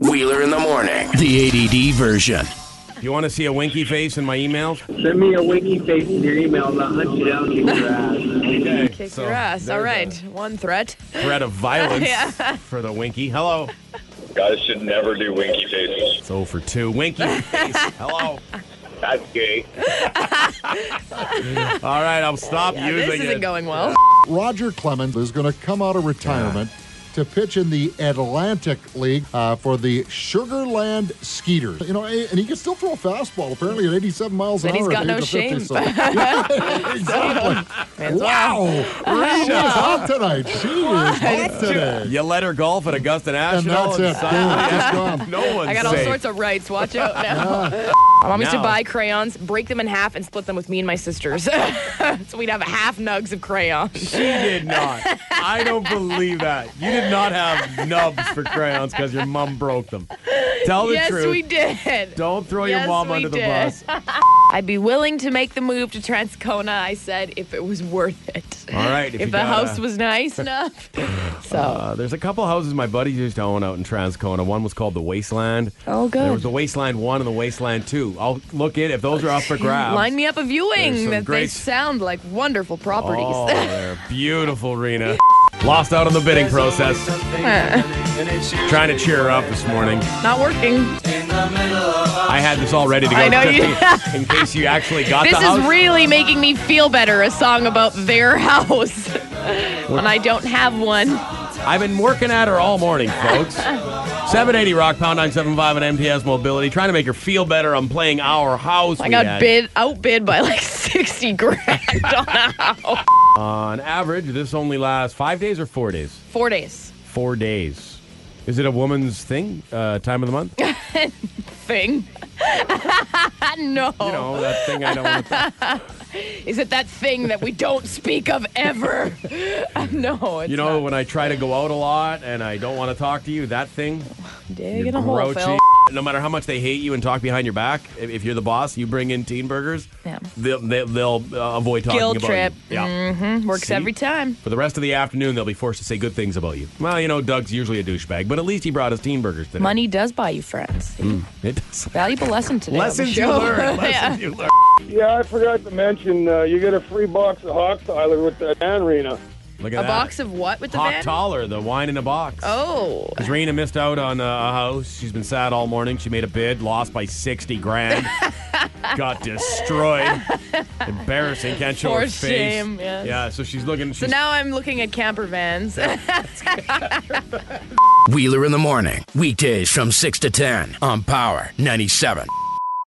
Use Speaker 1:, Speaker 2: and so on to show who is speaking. Speaker 1: Wheeler in the morning.
Speaker 2: The ADD version.
Speaker 3: You want to see a winky face in my emails?
Speaker 4: Send me a winky face in your email and I'll hunt you down and kick your ass.
Speaker 3: Okay.
Speaker 5: Kick
Speaker 3: so
Speaker 5: your ass.
Speaker 3: there's
Speaker 5: All
Speaker 3: a
Speaker 5: right. One threat.
Speaker 3: Threat of violence
Speaker 5: Yeah.
Speaker 3: for the winky. Hello.
Speaker 6: Guys should never do winky faces.
Speaker 3: It's 0 for 2. Winky face. Hello.
Speaker 6: That's gay.
Speaker 3: All right, I'll stop
Speaker 5: Yeah,
Speaker 3: using
Speaker 5: this isn't
Speaker 3: it.
Speaker 5: going well.
Speaker 7: Roger Clemens is going to come out of retirement to pitch in the Atlantic League uh, for the Sugarland Skeeters. You know, and he can still throw a fastball apparently at 87 miles an
Speaker 5: Then
Speaker 7: hour.
Speaker 5: he's got
Speaker 7: at
Speaker 5: no
Speaker 7: 8 to 50,
Speaker 5: shame.
Speaker 7: so- Yeah, exactly. wow. Reed is on tonight. She is on today.
Speaker 3: you let her golf at Augusta
Speaker 7: And
Speaker 3: National.
Speaker 7: that's it.
Speaker 3: and
Speaker 7: Boom, just gone.
Speaker 3: No one's
Speaker 5: I got all
Speaker 3: safe.
Speaker 5: sorts of rights. Watch out now. My mom used to
Speaker 3: Now.
Speaker 5: buy crayons, break them in half, and split them with me and my sisters. so we'd have half nugs of crayons.
Speaker 3: She did not. I don't believe that. You did not have nubs for crayons because your mom broke them. Tell the
Speaker 5: yes,
Speaker 3: truth.
Speaker 5: we did.
Speaker 3: Don't throw
Speaker 5: Yes,
Speaker 3: your mom
Speaker 5: we
Speaker 3: under the
Speaker 5: did.
Speaker 3: bus. All
Speaker 5: I'd be willing to make the move to Transcona, I said, if it was worth it.
Speaker 3: right. If,
Speaker 5: If
Speaker 3: you
Speaker 5: the
Speaker 3: got
Speaker 5: house
Speaker 3: a-
Speaker 5: was nice enough. So,
Speaker 3: Uh, there's a couple houses my buddies used to own out in Transcona. One was called the Wasteland.
Speaker 5: Oh, good.
Speaker 3: There was the Wasteland One and the Wasteland Two. I'll look in if those are up for grabs.
Speaker 5: line me up a
Speaker 3: There's
Speaker 5: viewing
Speaker 3: some
Speaker 5: that they
Speaker 3: great-
Speaker 5: sound like wonderful properties.
Speaker 3: Oh, they're beautiful, Rena. Lost out on the bidding process. Trying to cheer her up this morning.
Speaker 5: Not working.
Speaker 3: I had this all ready to go.
Speaker 5: I know
Speaker 3: just
Speaker 5: you-
Speaker 3: in, in case you actually got
Speaker 5: This
Speaker 3: the house.
Speaker 5: is really making me feel better. A song about their house. when I don't have one.
Speaker 3: I've been working at her all morning, folks. 780 Rock Pound 975 and MTS Mobility, trying to make her feel better. I'm playing our house.
Speaker 5: I
Speaker 3: we
Speaker 5: got
Speaker 3: had.
Speaker 5: bid outbid by like 60 grand on a house.
Speaker 3: On average, this only lasts five days or four days?
Speaker 5: Four days
Speaker 3: Four days. Is it a woman's thing? Uh, time of the month? You
Speaker 5: thing. no.
Speaker 3: know, that thing I don't want to.
Speaker 5: Is it that thing that we don't speak of ever? no, it's
Speaker 3: You know,
Speaker 5: not.
Speaker 3: when I try to go out a lot and I don't want to talk to you, that thing?
Speaker 5: dig
Speaker 3: You're
Speaker 5: in a hole,
Speaker 3: grouchy.
Speaker 5: Phil.
Speaker 3: No matter how much they hate you and talk behind your back, if, if you're the boss, you bring in teen burgers,
Speaker 5: Yeah.
Speaker 3: they'll, they'll, they'll uh, avoid talking
Speaker 5: Guilt
Speaker 3: about
Speaker 5: trip. Mm-hmm.
Speaker 3: you. Yeah.
Speaker 5: Works
Speaker 3: See?
Speaker 5: every time.
Speaker 3: For the rest of the afternoon, they'll be forced to say good things about you. Well, you know, Doug's usually a douchebag, but at least he brought his teen burgers today.
Speaker 5: Money does buy you friends.
Speaker 3: It does.
Speaker 5: Valuable lesson today. on the
Speaker 3: Hmm. Lessons you
Speaker 5: show.
Speaker 3: learn.
Speaker 5: yeah.
Speaker 3: Lessons you learn.
Speaker 4: Yeah, I forgot to mention, uh, you get a free box of Hawksiler with that Anrena.
Speaker 3: Look at
Speaker 5: A
Speaker 3: that.
Speaker 5: box of what with the
Speaker 3: Hawk
Speaker 5: van?
Speaker 3: Taller, the wine in a box.
Speaker 5: Oh.
Speaker 3: Because Rena missed out on uh, a house. She's been sad all morning. She made a bid, lost by 60 grand. Got destroyed. Embarrassing. Can't show
Speaker 5: For
Speaker 3: her face.
Speaker 5: shame, yes.
Speaker 3: Yeah, so she's looking. She's
Speaker 5: So now I'm looking at camper vans.
Speaker 2: Wheeler in the morning. Weekdays from 6 to 10 on Power 97.